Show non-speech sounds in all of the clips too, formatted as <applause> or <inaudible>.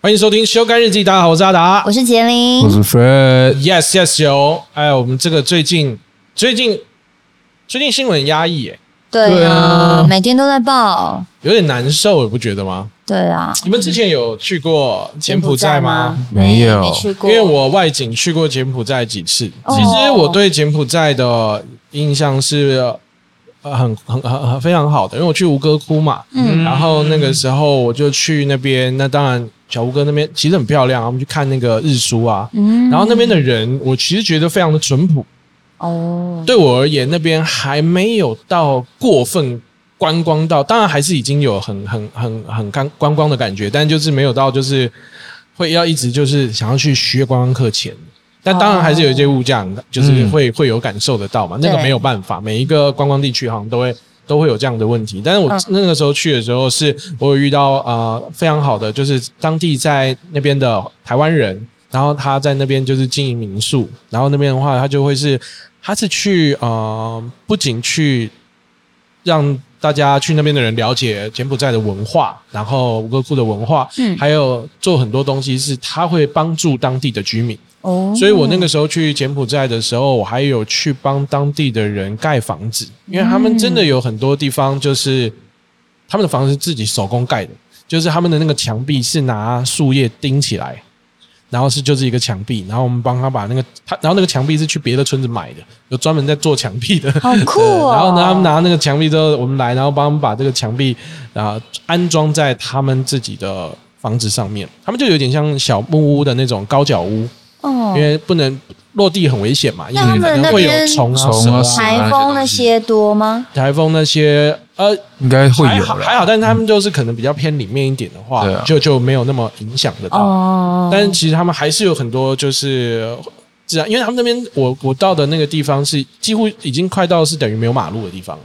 欢迎收听《修改日记》，大家好，我是阿达我。是杰林我，是 Fred， Yes Yes 有，哎，我们这个最近最近最近新闻很压抑，耶，对对啊啊，每天都在报，有点难受，你不觉得吗？对啊，你们之前有去过柬埔寨吗？？嗯没有没去过，因为我外景去过柬埔寨几次，哦其实我对柬埔寨的印象是呃很很很很非常好的，因为我去吴哥窟嘛，嗯然后那个时候我就去那边，那当然小吴哥那边其实很漂亮，啊我们去看那个日出啊，嗯然后那边的人我其实觉得非常的淳朴，哦，对我而言，那边还没有到过分观光到，当然还是已经有很很很很观观光的感觉，但就是没有到就是会要一直就是想要去学观光客钱。但当然还是有一些物价，就是会、会有感受得到嘛，那个嗯对没有办法，每一个观光地区好像都会都会有这样的问题。但是我嗯那个时候去的时候是，我有遇到呃非常好的，就是当地在那边的台湾人，然后他在那边就是经营民宿，然后那边的话，他就会是他是去呃，不仅去让大家去那边的人了解柬埔寨的文化，然后吴哥窟的文化，嗯还有做很多东西是他会帮助当地的居民。哦，所以我那个时候去柬埔寨的时候，我还有去帮当地的人盖房子，因为他们真的有很多地方就是他们的房子是自己手工盖的，就是他们的那个墙壁是拿树叶钉起来，然后是就是一个墙壁，然后我们帮他把那个他，然后那个墙壁是去别的村子买的，有专门在做墙壁的。好酷哦，然后呢，他们拿那个墙壁之后，我们来，然后帮他们把这个墙壁啊安装在他们自己的房子上面，他们就有点像小木屋的那种高脚屋。哦因，为不能落地很危险嘛，因那他为们可能那会边有虫啊、虫蛇啊啊、台风那些多吗？台风那些，呃，应该会还有好了。还好，但是他们就是可能比较偏里面一点的话对，啊就就没有那么影响得到。啊哦，但是其实他们还是有很多就是自然，因为他们那边我我到的那个地方是几乎已经快到是等于没有马路的地方了。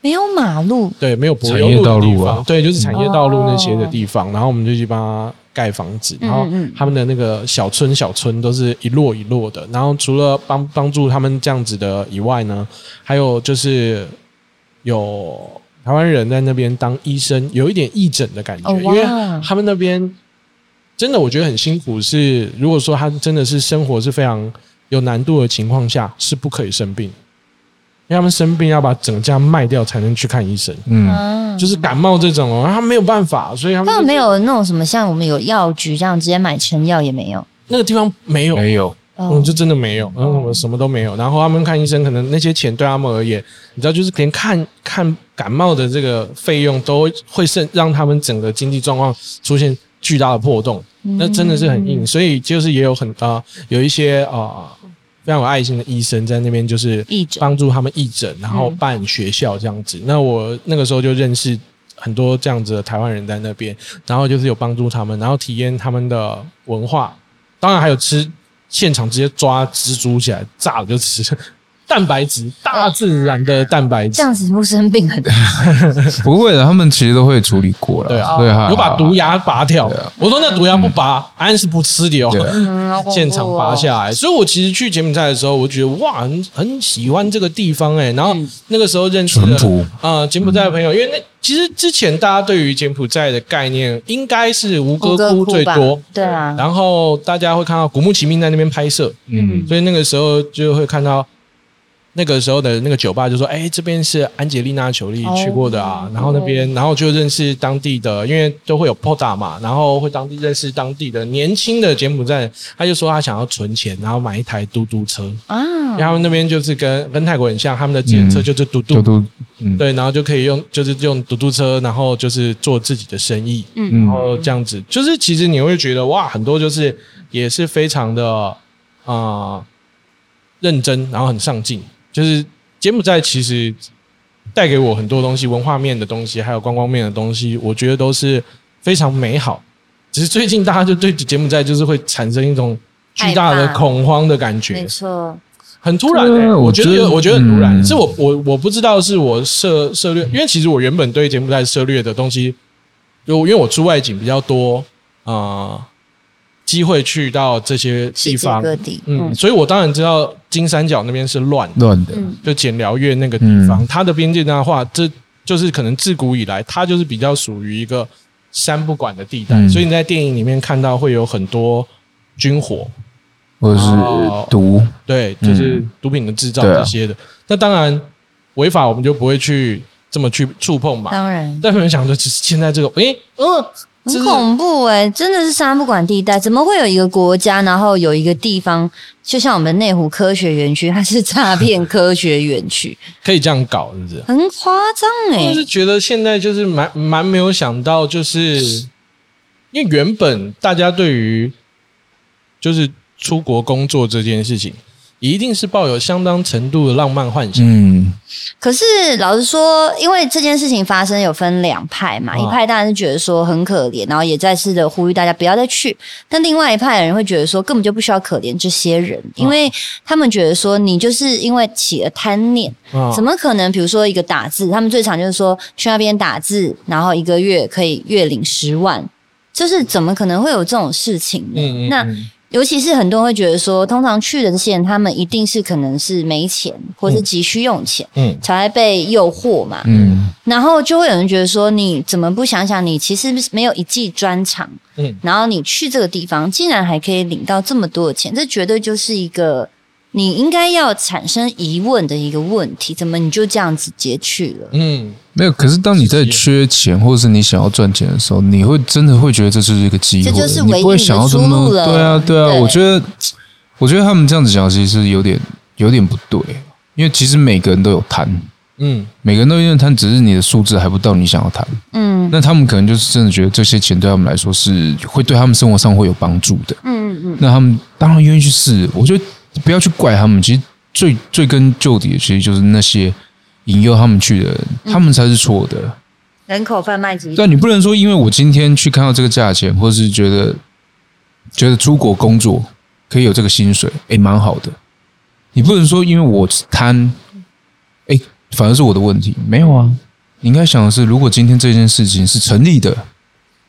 没有马路，对，没有柏产油业道的地路啊方对，就是产业嗯道路那些的地方，然后我们就去帮他盖房子，嗯然后嗯他们的那个小村小村都是一摞一摞的，然后除了帮帮助他们这样子的以外呢，还有就是有台湾人在那边当医生，有一点义诊的感觉，哦因哇为他们那边真的我觉得很辛苦是，如果说他真的是生活是非常有难度的情况下，是不可以生病。因为他们生病要把整家卖掉才能去看医生，嗯，啊，就是感冒这种哦，他没有办法，所以他们他们没有那种什么像我们有药局这样直接买成药也没有，那个地方没有，没有，哦嗯，就真的没有，然后我什么都没有。然后他们看医生，可能那些钱对他们而言，你知道，就是连看看感冒的这个费用都会是让他们整个经济状况出现巨大的破洞，那真的是很硬。所以就是也有很啊、呃有一些啊、呃非常有爱心的医生在那边，就是义诊帮助他们义诊，然后嗯办学校这样子。那我那个时候就认识很多这样子的台湾人在那边，然后就是有帮助他们，然后体验他们的文化，当然还有吃现场直接抓蜘蛛起来炸了就吃， <laughs> 蛋白质大自然的蛋白质这，样子不生 <laughs> 病很不会的，他们其实都会处理过了。对啊对啊，有把毒牙拔掉对啊。我说那毒牙不拔，安是不吃的哦。对啊嗯好恐怖哦现场拔下来。所以我其实去柬埔寨的时候，我觉得哇，很很喜欢这个地方哎、然后嗯那个时候认识淳了朴，啊、柬埔寨的朋友，因为那其实之前大家对于柬埔寨的概念应该是吴吴哥窟最吧多。对啊，然后大家会看到古墓奇兵在那边拍摄，嗯，所以那个时候就会看到那个时候的那个酒吧就说：“哎，这边是安吉丽娜·裘丽去过的啊。哦然后那边，然后就认识当地的，因为都会有 PODA 嘛，然后会当地认识当地的年轻的柬埔寨人。他就说他想要存钱，然后买一台嘟嘟车，啊因为，他们那边就是跟跟泰国很像，他们的检车嗯就是嘟嘟，就都嗯对，然后就可以用就是用嘟嘟车，然后就是做自己的生意。嗯然，后这样子，就是其实你会觉得哇，很多就是也是非常的啊、呃认真，然后很上进。就是柬埔寨其实带给我很多东西，文化面的东西，还有观光面的东西，我觉得都是非常美好。只是最近大家就对柬埔寨就是会产生一种巨大的害怕恐慌的感觉没，错，很突然、欸，对啊我我觉觉得得我觉得很突然，嗯是我我我不知道是我涉涉略，因为其实我原本对柬埔寨涉略的东西，就因为我出外景比较多啊、呃机会去到这些地世界方，各地，嗯，嗯所以我当然知道金三角那边是乱的，乱的，嗯，就柬辽越那个嗯地方，它的边界的话，这就是可能自古以来，它就是比较属于一个三不管的地带，嗯所以你在电影里面看到会有很多军火，或者哦是毒，对，就是嗯毒品的制造对啊这些的。那当然违法我们就不会去这么去触碰嘛。当然但有人想说，其实现在这个，诶，嗯，这嗯很是恐怖哎、真的是三不管地带，怎么会有一个国家，然后有一个地方，就像我们内湖科学园区，它是诈骗科学园区，可以这样搞，是不是？很夸张哎就。是觉得现在就是蛮蛮没有想到，就是因为原本大家对于就是出国工作这件事情，一定是抱有相当程度的浪漫幻想。嗯，可是老实说，因为这件事情发生有分两派嘛，啊一派当然是觉得说很可怜，然后也再次的呼吁大家不要再去；但另外一派的人会觉得说根本就不需要可怜这些人，哦因为他们觉得说你就是因为起了贪念，嗯啊怎么可能？比如说一个打字，他们最常就是说去那边打字，然后一个月可以月领十万，就是怎么可能会有这种事情呢？嗯嗯那嗯尤其是很多人会觉得说，通常去的这些人，他们一定是可能是没钱或是急需用钱。嗯才会被诱惑嘛，嗯，然后就会有人觉得说，你怎么不想想，你其实没有一技专长，嗯，然后你去这个地方，竟然还可以领到这么多的钱，这绝对就是一个你应该要产生疑问的一个问题，怎么你就这样直接去了？嗯，没有。可是当你在缺钱，或者是你想要赚钱的时候，你会真的会觉得这就是一个机会，这就是你唯一不会想要这么你的出路多。了对啊，对啊，对我觉得，我觉得他们这样子讲其实是有点有点不对，因为其实每个人都有贪。嗯，每个人都因为贪，只是你的数字还不到你想要贪。嗯那他们可能就是真的觉得这些钱对他们来说是会对他们生活上会有帮助的。嗯嗯，那他们当然愿意去试。我觉得不要去怪他们，其实最最根究底的，其实就是那些引诱他们去的人，他们才是错的。人口贩卖集但啊你不能说，因为我今天去看到这个价钱，或是觉得觉得出国工作可以有这个薪水，诶，蛮好的。你不能说因为我贪，诶，反而是我的问题。没有啊，你应该想的是，如果今天这件事情是成立的，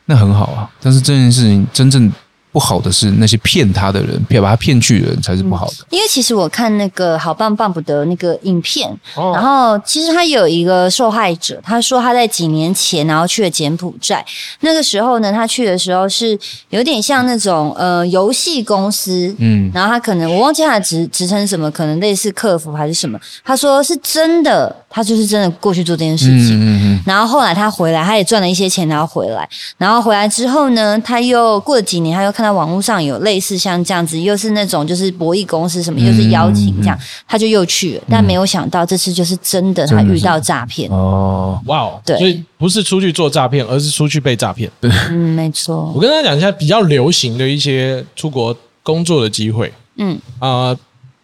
那很好啊。但是这件事情真正不好的是那些骗他的人，骗把他骗去的人才是不好的。因为其实我看那个好棒棒不得那个影片，然哦，后其实他有一个受害者，他说他在几年前然后去了柬埔寨，那个时候呢，他去的时候是有点像那种呃游戏公司。嗯然后他可能我忘记他的职职称是什么，可能类似客服还是什么。他说是真的，他就是真的过去做这件事嗯情。嗯然后后来他回来，他也赚了一些钱，然后回来，然后回来之后呢，他又过了几年，他又看到网络上有类似像这样子，又是那种就是博弈公司什么，又是邀请嗯这样，他就又去了，但没有想到这次就是真的，他遇到诈骗嗯，。哦，哇哦，对所以不是出去做诈骗，而是出去被诈骗。嗯，没我错，跟大家讲一下比较流行的一些出国工作的机会。嗯啊、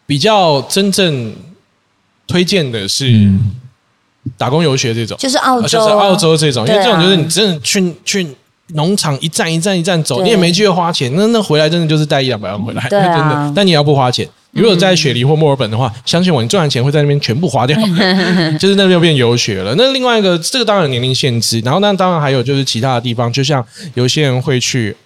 比较真正推荐的是嗯打工游学这种。就是澳啊洲就啊，是澳洲这种，因为对这啊种就是你真的去去农场一站一站一站走，对你也没去花钱，那那回来真的就是带一两百万回来，对啊嗯真的。但你要不花钱，如果在雪梨或墨尔本的话，相信我，你赚的钱会在那边全部花 <laughs> 掉，就是那边变游学了。那另外一个，这个当然有年龄限制，然后那当然还有就是其他的地方，就像有些人会去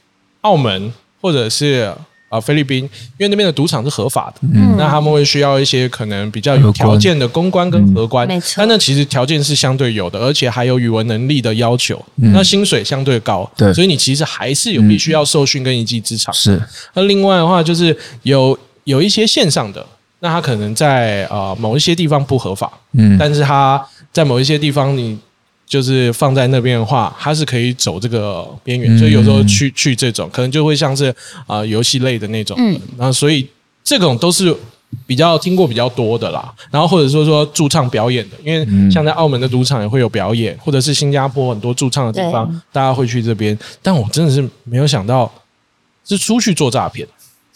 澳门或者是。啊，菲律宾，因为那边的赌场是合法的，嗯那他们会需要一些可能比较有荷官条件的公关跟荷官，嗯没错但那其实条件是相对有的，而且还有语文能力的要求，那薪水相对高，对所以你其实还是有必须要受训跟一技之长。是那另外的话，就是有有一些线上的，那他可能在呃某一些地方不合法，嗯但是他在某一些地方你。就是放在那边的话，它是可以走这个边缘，嗯所以有时候去去这种，可能就会像是啊、呃游戏类的那种，嗯然后所以这种都是比较听过比较多的啦。然后或者说说驻唱表演的，因嗯为像在澳门的赌场也会有表演，或者是新加坡很多驻唱的地方对，大家会去这边。但我真的是没有想到是出去做诈骗，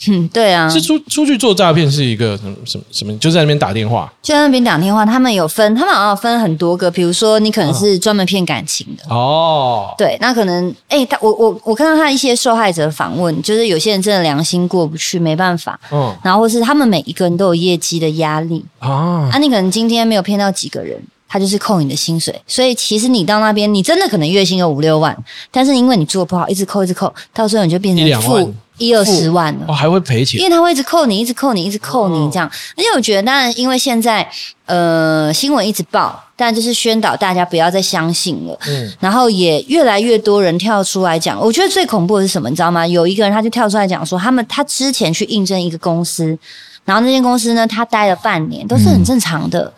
嗯，对啊，是出出去做诈骗是一个什么什么什么，就在那边打电话就在那边打电话，他们有分，他们好像有分很多个，比如说你可能是嗯专门骗感情的。哦，对，那可能，哎、他我我我看到他一些受害者访问，就是有些人真的良心过不去，没办法，嗯然后或是他们每一个人都有业绩的压力，啊，啊，你可能今天没有骗到几个人，他就是扣你的薪水，所以其实你到那边，你真的可能月薪有五六万，但是因为你做不好，一直扣一直扣，到最后你就变一两成万负一二十万了哦，。还会赔因钱为他会一直扣你，一直扣你，一直扣哦你这样。而且我觉得，当然，因为现在呃新闻一直报，但就是宣导大家不要再相信了。嗯然后也越来越多人跳出来讲，我觉得最恐怖的是什么，你知道吗？有一个人他就跳出来讲说，他们他之前去应征一个公司，然后那间公司呢，他待了半年，都是很正常的。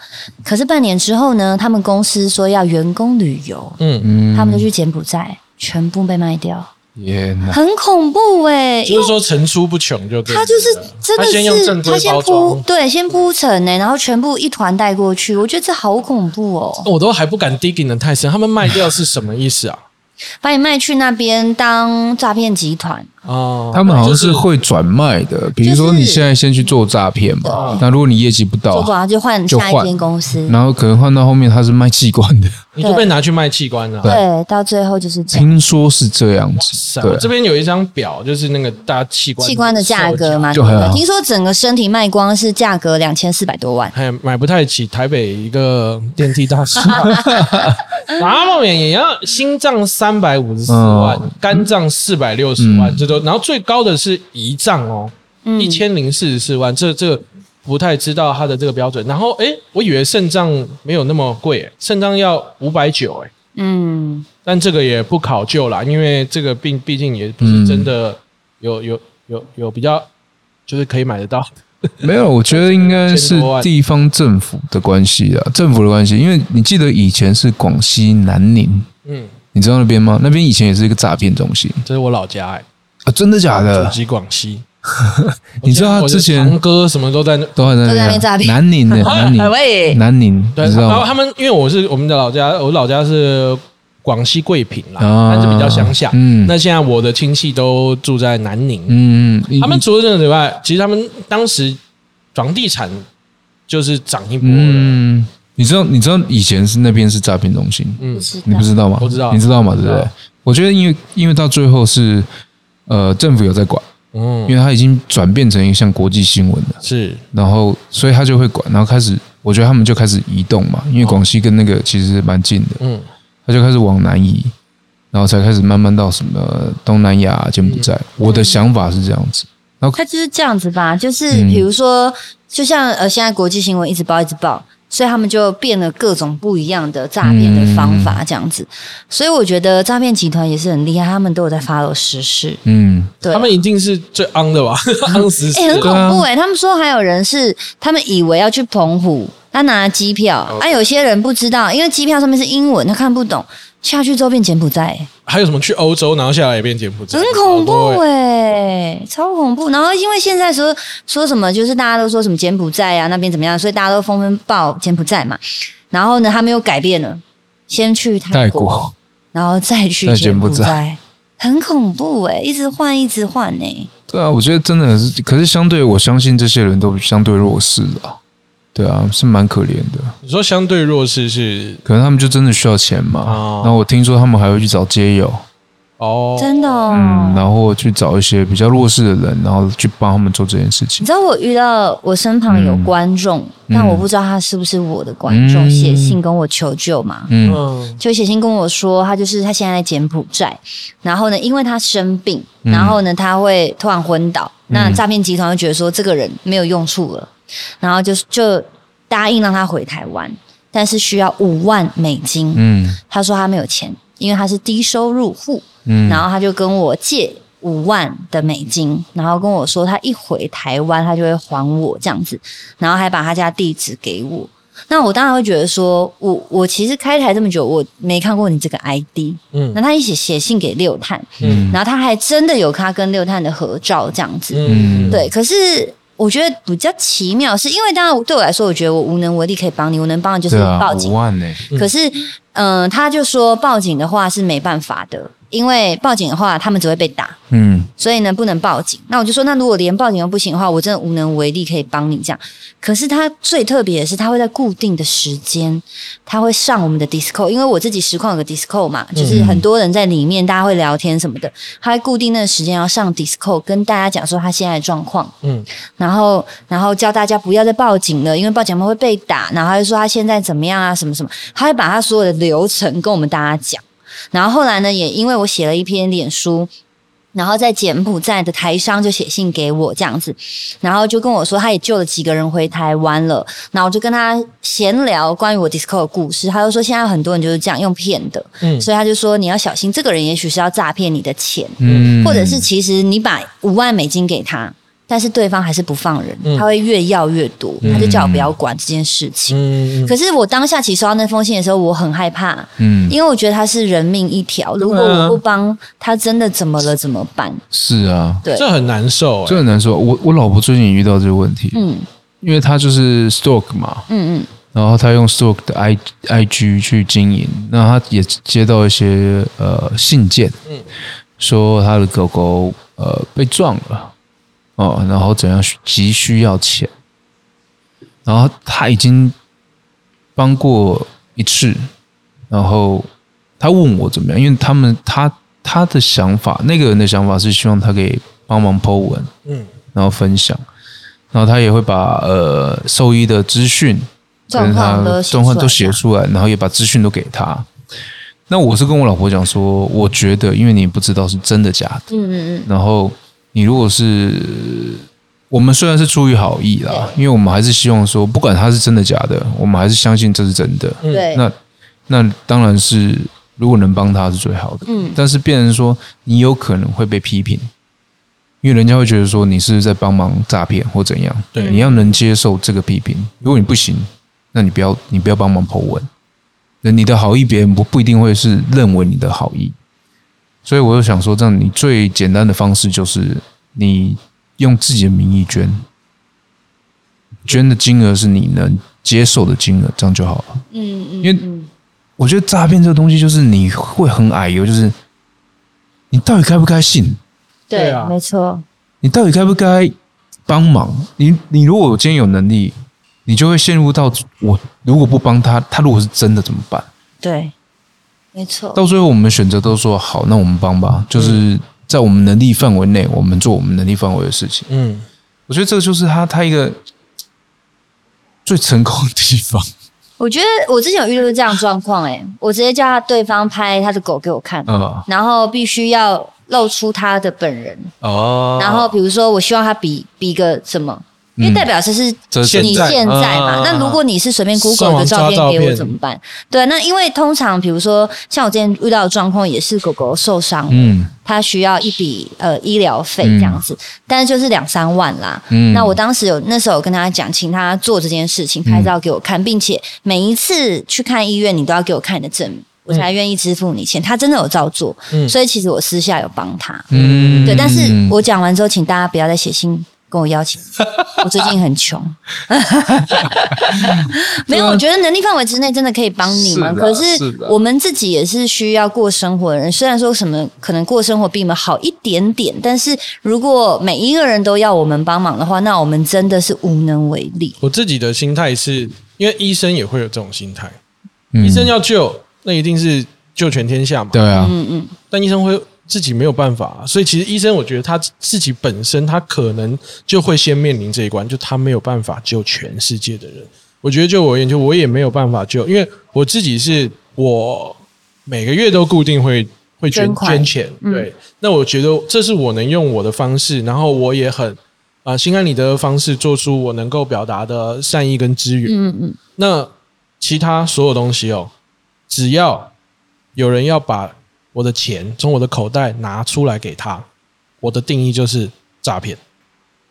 可是半年之后呢，他们公司说要员工旅游，嗯，嗯，他们就去柬埔寨，全部被卖掉，天哪，很恐怖哎、因嗯就为是说层出不穷就对了。他就是真的他是先用正规他先包铺装，对，先铺陈呢、然后全部一团带过去，我觉得这好恐怖哦！我都还不敢 digging 的太深，他们卖掉是什么意思啊？把你卖去那边当诈骗集团，哦，他们好像是会转卖的，比如说就是你现在先去做诈骗嘛对，那如果你业绩不做到，广告就换哦就下换一间公司，然后可能换到后面他是卖器官的，你就被拿去卖器官了。哇对，到最后就是这样。听说是这样子，塞，对我，啊这边有一张表，就是那个大家器官器官的价格嘛，啊就很好听说整个身体卖光是价格两千四百多万，还买不太起台北一个电梯 <laughs> 大师，那么远也要心脏三百五十四万，肝脏四百六十万，嗯这都，然后最高的是胰脏哦，嗯一千零四十四万，这这个不太知道它的这个标准。然后诶，我以为肾脏没有那么贵，肾脏要五百九诶，嗯，但这个也不考究啦，因为这个病毕竟也不是真的嗯有有有有比较，就是可以买得到。没有，我觉得应该是地方政府的关系啊，政府的关系，因为你记得以前是广西南宁，嗯，你知道那边吗？那边以前也是一个诈骗中心这是我老家诶，啊，真的假祖的？籍广西。你知道他之我的堂前哥什么都在那。都还在都在那那啊边诈骗南宁的南 <laughs> 宁，嗯喂，南宁，哎对，你知道然后吗？他们因为我是我们的老家，我老家是广西桂平啦，啊但是比较乡下。嗯那现在我的亲戚都住在南宁，嗯，嗯他们除了这个以外，其实他们当时房地产就是涨一波了。嗯，你知道你知道以前是那边是诈骗中心，嗯不，知道你不知道吗？我知道你知道吗？对知不道对？我觉得因为因为到最后是呃政府有在管，因嗯，为它已经转变成一个像国际新闻了，是然后所以他就会管，然后开始我觉得他们就开始移动嘛，因为广西跟那个其实蛮近的，嗯他就开始往南移，然后才开始慢慢到什么东南亚、柬埔寨。我的想法是这样子，他就是这样子吧，就是嗯比如说，就像呃，现在国际新闻一直报一直报，所以他们就变了各种不一样的诈骗的方法，这样子。所以我觉得诈骗集团也是很厉害，他们都有在 follow 时事，嗯，对啊他。们一定是最昂的吧， <laughs> 昂死死哎、很的。恐啊怖哎、他们说还有人是他们以为要去澎湖，他拿了机票，哦啊，有些人不知道，因为机票上面是英文，他看不懂，下去之后变柬埔寨、哎还有什么去欧洲，然后下来也变柬埔寨，很恐好怖多欸。哎、超恐怖。然后因为现在说说什么，就是大家都说什么柬埔寨啊那边怎么样，所以大家都纷纷报柬埔寨嘛。然后呢，他们又改变了，先去泰泰国，国然后再去再柬柬埔埔寨寨，很恐怖哎、一直换一直换哎、对啊，我觉得真的是，可是相对我相信这些人都相对弱势啊，对啊，是蛮可怜的。你说相对弱势是可能他们就真的需要钱嘛。哦然后我听说他们还会去找街友，哦，真的哦。嗯，然后去找一些比较弱势的人，然后去帮他们做这件事你情。知道我遇到我身旁有嗯观众，嗯但我不知道他是不是我的观众，嗯写信跟我求救嘛。嗯嗯就写信跟我说，他就是他现在在柬埔寨，然后呢，因为他生病，嗯然后呢，他会突然昏倒，嗯那诈骗集团就觉得说这个人没有用处了，然后就就答应让他回台湾，但是需要五万美金，嗯他说他没有钱，因为他是低收入户，嗯，然后他就跟我借五万的美金，然后跟我说他一回台湾他就会还我这样子，然后还把他家地址给我。那我当然会觉得说，我我其实开台这么久，我没看过你这个 ID。嗯那他一起写信给六探，嗯然后他还真的有他跟六探的合照这样子。嗯，对，可是我觉得比较奇妙，是因为当然对我来说，我觉得我无能为力可以帮你，我能帮的就是对啊，报警五万呢、嗯可是，嗯、他就说报警的话是没办法的，因为报警的话他们只会被打，嗯所以呢不能报警。那我就说，那如果连报警都不行的话，我真的无能为力可以帮你这样。可是他最特别的是，他会在固定的时间，他会上我们的 Discord，因为我自己实况有个 Discord 嘛，就是很多人在里面，大家会聊天什么的。他会固定那个时间要上 Discord 跟大家讲说他现在的状况。嗯然后然后叫大家不要再报警了，因为报警他们会被打。然后他就说他现在怎么样啊，什么什么，他会把他所有的流程跟我们大家讲。然后后来呢，也因为我写了一篇脸书。然后在柬埔寨的台商就写信给我这样子，然后就跟我说他也救了几个人回台湾了，然后我就跟他闲聊关于我 Disco 的故事，他就说现在很多人就是这样用骗的，嗯所以他就说你要小心，这个人也许是要诈骗你的钱，嗯，或者是其实你把五万美金给他，但是对方还是不放人，嗯他会越要越多，他就叫我不要管这件事情。嗯，可是我当下其实收到那封信的时候，我很害怕，嗯，因为我觉得他是人命一条，如果我不帮他，真的怎么了怎么办？是啊，对，这很难受、这欸，很难说。我我老婆最近也遇到这个问题，嗯因为她就是 Stock 嘛，嗯嗯，然后她用 Stock 的 I I G 去经营，那她也接到一些呃信件，嗯说她的狗狗呃被撞了，哦，然后怎样需急需要钱，然后她已经帮过一次，然后她问我怎么样，因为他们她她的想法，那个人的想法是希望她可以帮忙 Po 文。嗯然后分享，然后他也会把呃兽医的资讯状跟况他都状况都写出出来，然后也把资讯都给他。那我是跟我老婆讲说，我觉得因为你不知道是真的假的，来，嗯嗯然后你如果是我们虽然是出于好意啦，因为我们还是希望说，不管他是真的假的，我们还是相信这是真的。嗯，对，那那当然是如果能帮他是最好的，嗯但是变成说你有可能会被批评，因为人家会觉得说你是在帮忙诈骗或怎样，对你要能接受这个批评，如果你不行，那你不要你不要帮忙 Po 文，那你的好意别人不不一定会是认为你的好意，所以我就想说，这样你最简单的方式就是你用自己的名义捐。捐的金额是你能接受的金额，这样就好了。嗯嗯，因为嗯我觉得诈骗这个东西，就是你会很矮油，就是你到底该不该信？对对啊，没错，你到底该不该帮忙？你你如果今天有能力，你就会陷入到我如果不帮他，他如果是真的怎么办？对，没错，到最后我们选择都说好，那我们帮吧，就是在我们能力范围内，我们做我们能力范围的事情。嗯，我觉得这个就是他他一个最成功的地 <laughs> 方。我觉得我之前有遇到过这样的状况，哎，我直接叫他对方拍他的狗给我看，嗯呃然后必须要露出他的本人，哦然后比如说我希望他比比个什么，因为代表是是这是你嗯现在嗯现在啊嘛。那如果你是随便上 Google 网的照抓照片给我片怎么办？对，那因为通常比如说像我之前遇到的状况也是狗狗受伤，嗯它需要一笔呃医疗费这样嗯子，但是就是两三万啦。嗯那我当时有那时候有跟他讲，请他做这件事情，拍照给我看，并且每一次去看医院，你都要给我看你的证明，我嗯才愿意支付你钱。他真的有照做，嗯所以其实我私下有帮他。嗯对，但是我讲完之后，请大家不要再写信跟我邀请，我最近很穷。没有，我觉得能力范围之内真的可以帮你们，是的可是是的我们自己也是需要过生活的人。虽然说什么可能过生活比你们好一点点，但是如果每一个人都要我们帮忙的话，那我们真的是无能为力。我自己的心态是因为医生也会有这种心态，嗯医生要救，那一定是救全天下嘛，对啊，嗯嗯，但医生会自己没有办法、所以其实医生我觉得他自己本身他可能就会先面临这一关，就他没有办法救全世界的人。我觉得就我而言，就我也没有办法救，因为我自己是我每个月都固定会会捐捐款捐钱，嗯对。那我觉得这是我能用我的方式，然后我也很啊、呃心安理得的方式做出我能够表达的善意跟支援。嗯嗯，那其他所有东西哦，只要有人要把我的钱从我的口袋拿出来给他，我的定义就是诈骗。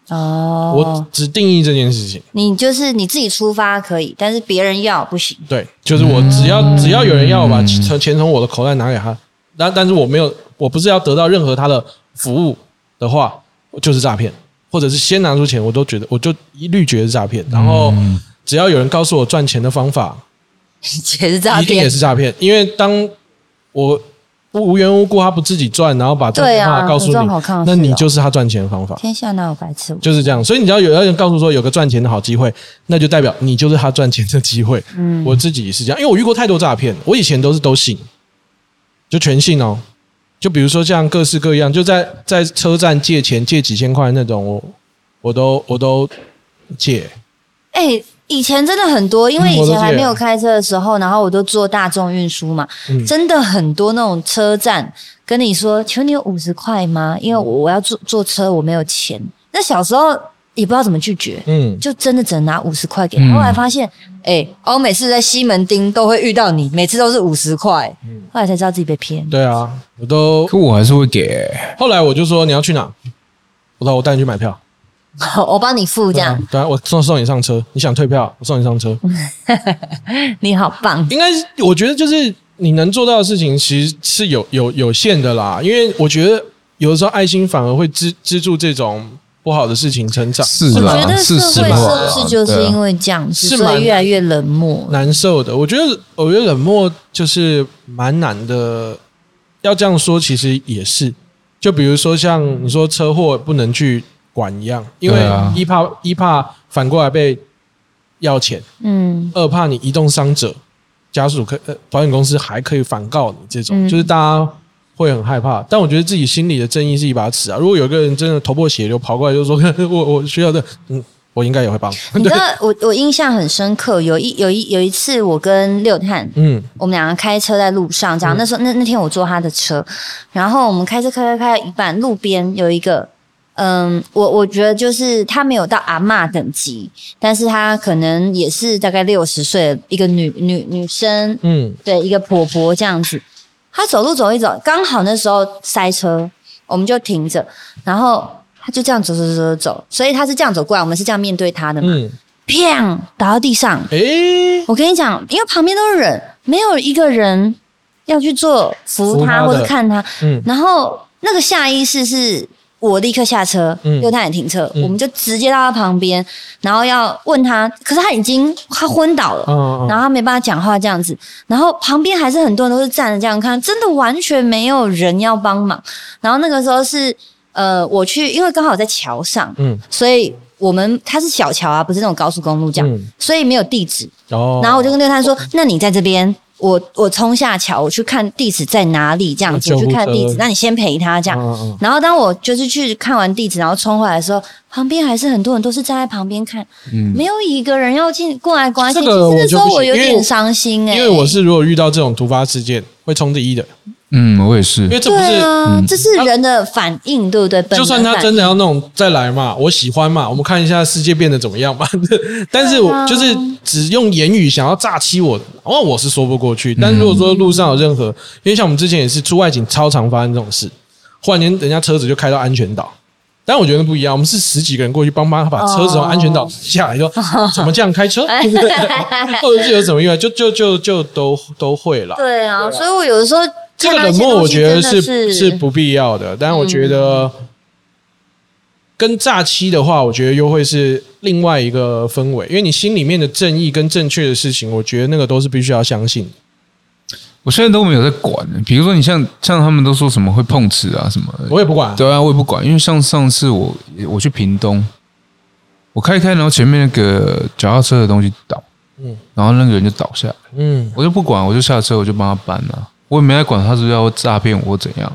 哦，我只定义这件事情，你就是你自己出发可以，但是别人要不行。 <laughs> 对，就是我只要、只要有人要我把嗯钱钱从我的口袋拿给他，但但是我没有，我不是要得到任何他的服务的话，就是诈骗，或者是先拿出钱，我都觉得我就一律觉得是诈骗。然后嗯只要有人告诉我赚钱的方法，也是诈一定也骗，是诈骗，因为当我无缘无故他不自己赚，然后把这对句啊话告诉你，很重口抗事那哦你就是他赚钱的方法，天下哪有白吃？就是这样。所以你只要有人告诉说有个赚钱的好机会，那就代表你就是他赚钱的机会。嗯，我自己也是这样，因为我遇过太多诈骗，我以前都是都信，就全信哦。就比如说像各式各样，就在在车站借钱借几千块那种，我我都我都借。哎、以前真的很多，因为嗯以我都前还记得没有开车的时候，然后我都坐大众运输嘛，嗯真的很多那种车站跟你说，求你有五十块吗？嗯因为我我要坐坐车，我没有钱。那小时候也不知道怎么拒绝，嗯，就真的只能拿五十块给他。嗯后来发现，哎、哦我每次在西门町都会遇到你，每次都是五十块。嗯后来才知道自己被骗。 <laughs> 对啊，我都可我还是会给、欸。后来我就说你要去哪，我说我带你去买票，我帮你付这对啊样，，对啊，我送送你上车，你想退票，我送你上车。嗯你好棒。应该是我觉得就是你能做到的事情，其实是有有有限的啦。因为我觉得有的时候爱心反而会资资助这种不好的事情成长，是我啦，觉得社是会是不是就是啊因为这样啊是子，蛮所以越来越冷漠？难受的。我觉得我觉得冷漠就是蛮难的。要这样说，其实也是，就比如说像你说车祸不能去管一样，因为对啊一怕一怕反过来被要钱，嗯二怕你移动伤者家属可呃保险公司还可以反告你这种，嗯就是大家会很害怕。但我觉得自己心里的正义是一把尺啊。如果有一个人真的头破血流跑过来就说 <laughs> 我我需要的，嗯，我应该也会帮。你知道我我印象很深刻，有一有一有一次我跟六探，嗯我们两个开车在路上，这样、那时候那那天我坐他的车，然后我们开车开开开到一半，路边有一个，嗯，我我觉得就是他没有到阿嬷等级，但是他可能也是大概六十岁的一个女女女生，嗯对，一个婆婆这样子。她走路走一走，刚好那时候塞车，我们就停着，然后她就这样走走走走走，所以她是这样走过来，我们是这样面对她的嘛，嗯，砰倒到地上，诶、我跟你讲，因为旁边都是人，没有一个人要去做扶扶他他的或者看他。嗯然后那个下意识是我立刻下车，嗯六探也停车，嗯我们就直接到他旁边，然后要问他，可是他已经他昏倒了。嗯嗯嗯，然后他没办法讲话这样子，然后旁边还是很多人都是站着这样看，真的完全没有人要帮忙。然后那个时候是呃，我去，因为刚好在桥上，嗯所以我们它是小桥啊，不是那种高速公路这样，嗯所以没有地址。哦，然后我就跟六探说：“那你在这边，我我冲下桥，我去看地址在哪里，这样子，呃救我护去看车地址。那你先陪他这样。嗯嗯然后当我就是去看完地址，然后冲回来的时候，旁边还是很多人都是站在旁边看，嗯没有一个人要进过来关心。这个其实我那就时不候行我有因为我点伤心哎、因为我是如果遇到这种突发事件会冲第一的，嗯，我也因是，为这不对是。啊，嗯这是人的反应，对不对？本就能算他反真应的要弄再来嘛，我喜欢嘛，我们看一下世界变得怎么样嘛。 <laughs> 但是我对啊就是只用言语想要炸欺我，哦，我是说不过去。但如果说路上有任何，因为像我们之前也是出外景，超常发生这种事，忽然间人家车子就开到安全岛。但我觉得不一样，我们是十几个人过去帮忙把车子从安全岛哦下来，就 <laughs> 怎么这样开车， <laughs> 啊或者是有什么意外，就就就就都都会啦。对啊，所以我有的时候这个看到一冷些漠，东我西觉得真的嗯是是不必要的。但我觉得跟诈欺的话，我觉得又会是另外一个氛围，因为你心里面的正义跟正确的事情，我觉得那个都是必须要相信的。我现在都没有在管、比如说，你像像他们都说什么会碰瓷啊什么的，我也不管，对啊，我也不管，因为像上次我我去屏东，我开一开，然后前面那个脚踏车的东西倒，嗯然后那个人就倒下来，嗯，我就不管，我就下车，我就帮他搬啊，我也没在管他是不是要诈骗我或怎样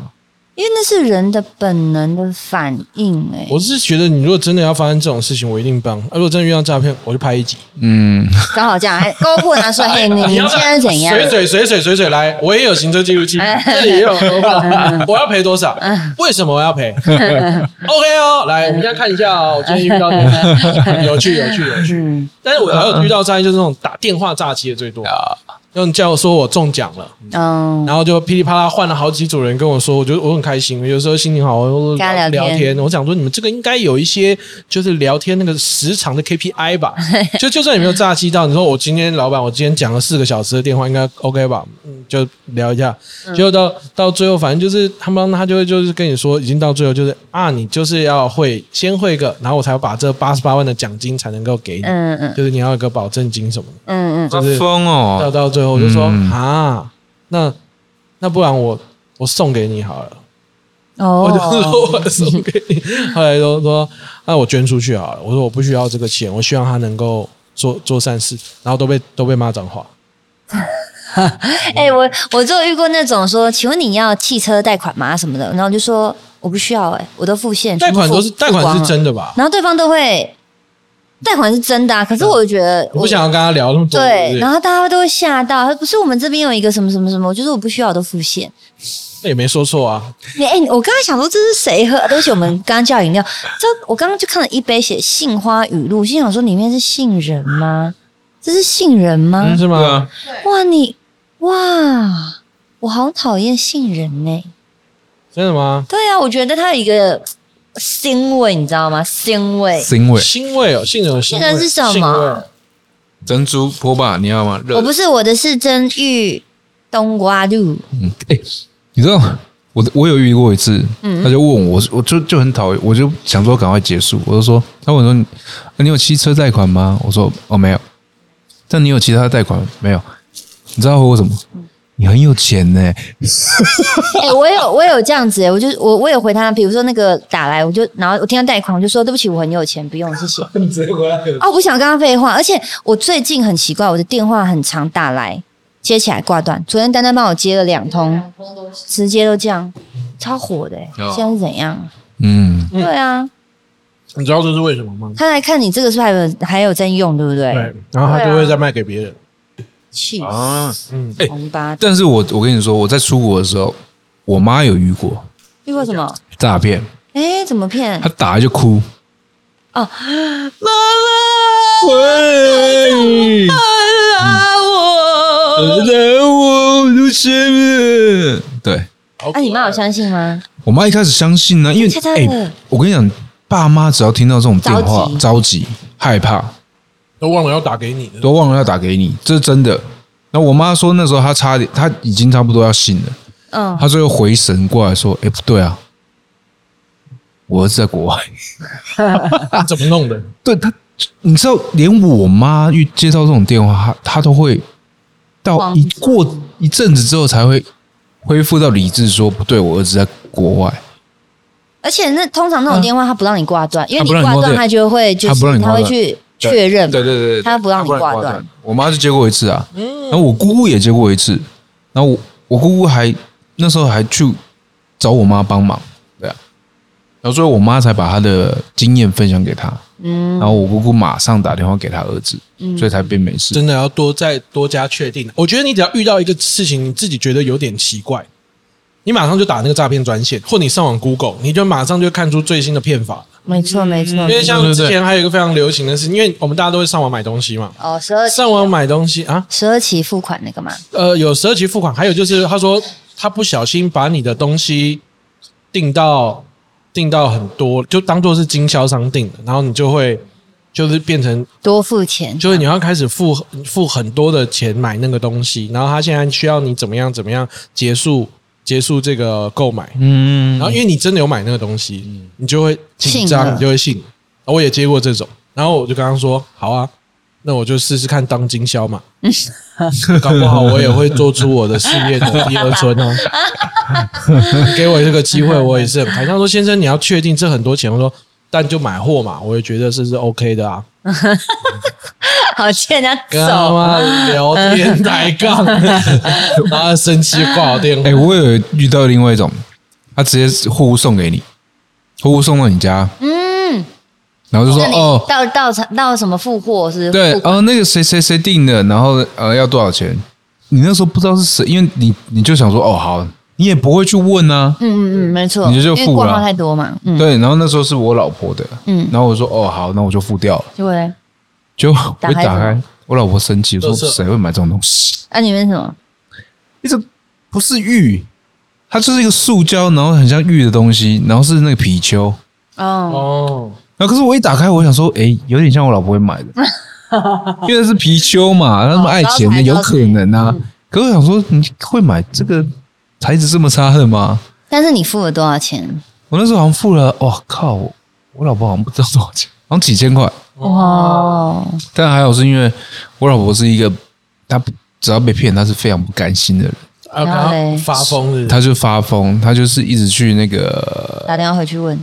啊、因为那是人的本能的反应哎、我是觉得你如果真的要发生这种事情，我一定帮。啊、如果真的遇到诈骗，我就拍一集。嗯，刚好这样，哎，高破 <laughs> 拿出来，嘿，你你现在怎样？啊水水水水水水来，我也有行车记录 <laughs> 器，这里也有合法，我要赔多少？嗯为什么我要 <laughs> 赔？OK 哦，来，我们现在看一下哦，我今天遇到的 <laughs> 有趣有趣有趣。嗯，但是我还有遇到诈欺，就是那种打电话诈欺的最多，用叫我说我中奖了，嗯，然后就噼里啪啦换了好几组人跟我说，我觉得我很开心，有时候心情好，我跟他聊聊天天，我想说你们这个应该有一些就是聊天那个时长的 KPI 吧， <laughs> 就就算你没有诈欺到，你说我今天老板我今天讲了四个小时的电话，应该 OK 吧？嗯，就聊一下，结果到到最后，反正就是他们他就会就是跟你说，已经到最后就是啊，你就是要会先会个，然后我才把这八十八万的奖金才能够给你。嗯嗯就是你要有个保证金什么的。嗯嗯，就是疯到哦，到最后我就说、嗯啊，那那不然我我送给你好了， <laughs> 我就哦，说我送给你。 <laughs> 后来都说啊那我捐出去好了，我说我不需要这个钱，我希望他能够做做善事，然后都被都被骂脏话。哎、我我就遇过那种说，请问你要汽车贷款吗？什么的，然后我就说我不需要、哎，我都付现，贷款全部都付啊是贷款是，付光了真的吧？然后对方都会贷款是真的啊，可是我觉得我我不想要跟他聊那么多，是对，不是然后大家都会吓到，不是我们这边有一个什么什么什么，就是我不需要我都付现。那也没说错啊。你哎、我刚刚想说这是谁喝？对不起，我们刚刚叫饮料，这我刚刚就看了一杯写杏花语录，心想说里面是杏仁吗？这是杏仁吗？嗯是吗对啊，哇，你哇，我好讨厌杏仁呢、真的吗？对啊，我觉得它有一个腥味，你知道吗？腥味。腥味。腥味哦，杏仁有腥杏仁味是什么杏味珍珠波霸，你要吗？热我不是我的是真玉冬瓜露，哎你知道我我有遇过一次，嗯他就问我，我就就很讨厌，我就想说赶快结束，我就说，他问我说你你有汽车贷款吗？我说哦没有，但你有其他的贷款吗没有？你知道我什么？你很有钱呢、哎、我有我有这样子、欸，我就我我有回他，比如说那个打来，我就然后我听他贷款，我就说对不起，我很有钱，不用 <laughs> 谢谢。你直接回来了啊，我不想跟他废话，而且我最近很奇怪，我的电话很常打来，接起来挂断。昨天丹丹帮我接了两通，直接都这样，超火的、欸，哦现在是怎样？嗯，嗯对啊，你知道这是为什么吗？嗯他来看你这个是不是还有还有在用，对不对？啊对，然后他就会再卖给别人。气死啊，嗯，哎红吧？但是我我跟你说，我在出国的时候，我妈有遇过遇过什么？诈骗，哎，怎么骗她？打来就哭，妈妈 <laughs> 喂，打我！我我就先了对那、你妈有相信吗？我妈一开始相信呢、因为真的哎、我跟你讲，爸妈只要听到这种电话着，急着急害怕，都忘了要打给你了。都忘了要打给你，这是真的。那我妈说那时候她差点，她已经差不多要信了，嗯，她最后回神过来说：“哎、不对啊，我儿子在国外。 <laughs> <laughs> 怎么弄的？对”她，你知道，连我妈遇接到这种电话，她她都会到慌一张过一阵子之后才会恢复到理智，说：“不对，我儿子在国外。而且那通常那种电话，他不让你挂断，因为他你不让你挂挂断，断他就会就他不让是你挂他会断去对确” <laughs> 认嘛。对对对，她不让你挂断。我妈就接过一次啊，嗯然后我姑姑也接过一次，然后我我姑姑还那时候还去找我妈帮忙，对啊，然后所以我妈才把她的经验分享给她，嗯然后我姑姑马上打电话给她儿子，所以才变没事。真的要多再多加确定。我觉得你只要遇到一个事情，你自己觉得有点奇怪，你马上就打那个诈骗专线，或你上网 Google，你就马上就看出最新的骗法。没错，嗯没错。因没为错像之前还有一个非常流行的是，因为我们大家都会上网买东西嘛，哦，十二上网买东西啊，十二期付款那个嘛，呃，有十二期付款，还有就是他说他不小心把你的东西订到订到很多，就当做是经销商订的，然后你就会就是变成多付钱。就是你要开始付付很多的钱买那个东西，然后他现在需要你怎么样怎么样结束结束这个购买，嗯然后因为你真的有买那个东西，你就会紧嗯信张，了你就会信。哦我也接过这种，然后我就跟他说：“好啊，那我就试试看当经销 <laughs> 嘛，搞不好我也会做出我的事业的第二春 <laughs> 哦。给我这个机会，我也是很开心。”他说：“先生，你要确定这很多钱。”我说：“但就买货嘛，我也觉得这是 OK 的啊。” <laughs> 好，欠人跟家他走。妈聊天抬 <laughs> 杠，然后生气挂我电话哎、。我有遇到另外一种，他直接货物送给你，货物送到你家，嗯，然后就说那你哦，到到到什么付货是？对付，款嗯哦，那个谁谁谁订的，然后呃要多少钱？你那时候不知道是谁，因为你你就想说哦好，你也不会去问啊，嗯嗯嗯，没错，你就就因为付了啊挂号太多嘛。嗯，对，然后那时候是我老婆的，嗯然后我说哦好，那我就付掉了。就会。结果我打一开打什开，我老婆生气说垃：“圾谁会买这种东西？那啊你们什么？一直不是玉，它就是一个塑胶，然后很像玉的东西，然后是那个貔貅。哦，哦，然后可是我一打开，我想说，诶，有点像我老婆会买 <laughs> 的，因为是貔貅嘛，他们爱钱的，哦招财嗯有可能啊。可是我想说，你会买这个材质这么差的吗？但是你付了多少钱？我那时候好像付了，哇靠，我我老婆好像不知道多少钱，好像几千块。哇，但还好是因为我老婆是一个，她不只要被骗，她是非常不甘心的人，啊，然后嘞然后发疯是不是她就发疯，她就是一直去那个打电话回去问。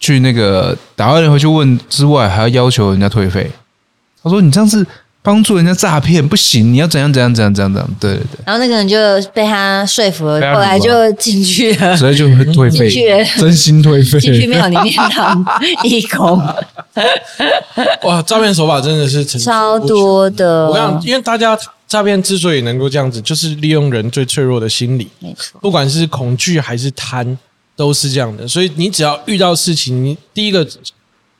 去那个打完人回去问之外，还要要求人家退费。她说：“你这样是帮助人家诈骗，不行，你要怎样怎样怎样怎样怎样。”对对对，然后那个人就被他说服了被，他后来掳就进去了，所以就会 <laughs> 退 <laughs> 进去费，真心退 <laughs> 费。进去庙里面当义工。哇，诈骗手法真的是层出超不穷多的我跟你，讲，因为大家诈骗之所以能够这样子，就是利用人最脆弱的心理，没错，不管是恐惧还是贪，都是这样的。所以你只要遇到事情，你第一个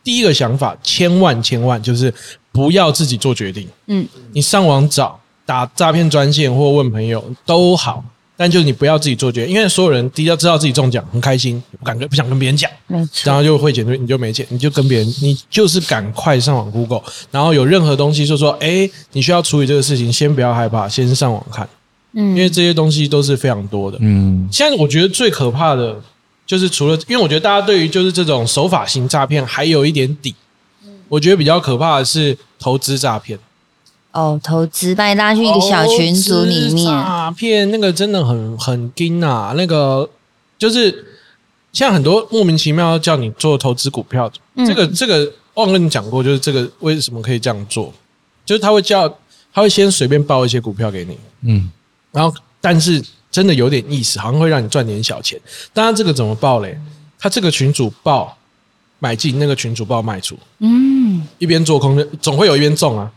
第一个想法，千万千万就是不要自己做决定。嗯，你上网找打诈骗专线或问朋友都好，但就是你不要自己做决定，因为所有人第一要知道自己中奖很开心，不敢跟不想跟别人讲。没然错，后就会减退，你就没钱，你就跟别人，你就是赶快上网 Google，然后有任何东西就说，哎，你需要处理这个事情，先不要害怕，先上网看，因为嗯，这些东西都是非常多的。嗯，现在我觉得最可怕的就是除了，因为我觉得大家对于就是这种手法型诈骗还有一点底，我觉得比较可怕的是投资诈骗。哦，投资把你拉去一个小群组里面，诈骗那个真的很很惊啊，那个就是像很多莫名其妙叫你做投资股票，嗯这个这个忘跟你讲过，就是这个为什么可以这样做，就是他会叫他会先随便报一些股票给你，嗯，然后但是真的有点意思，好像会让你赚点小钱。当然这个怎么报嘞？他这个群主报买进，那个群主报卖出，嗯，一边做空总会有一边中啊，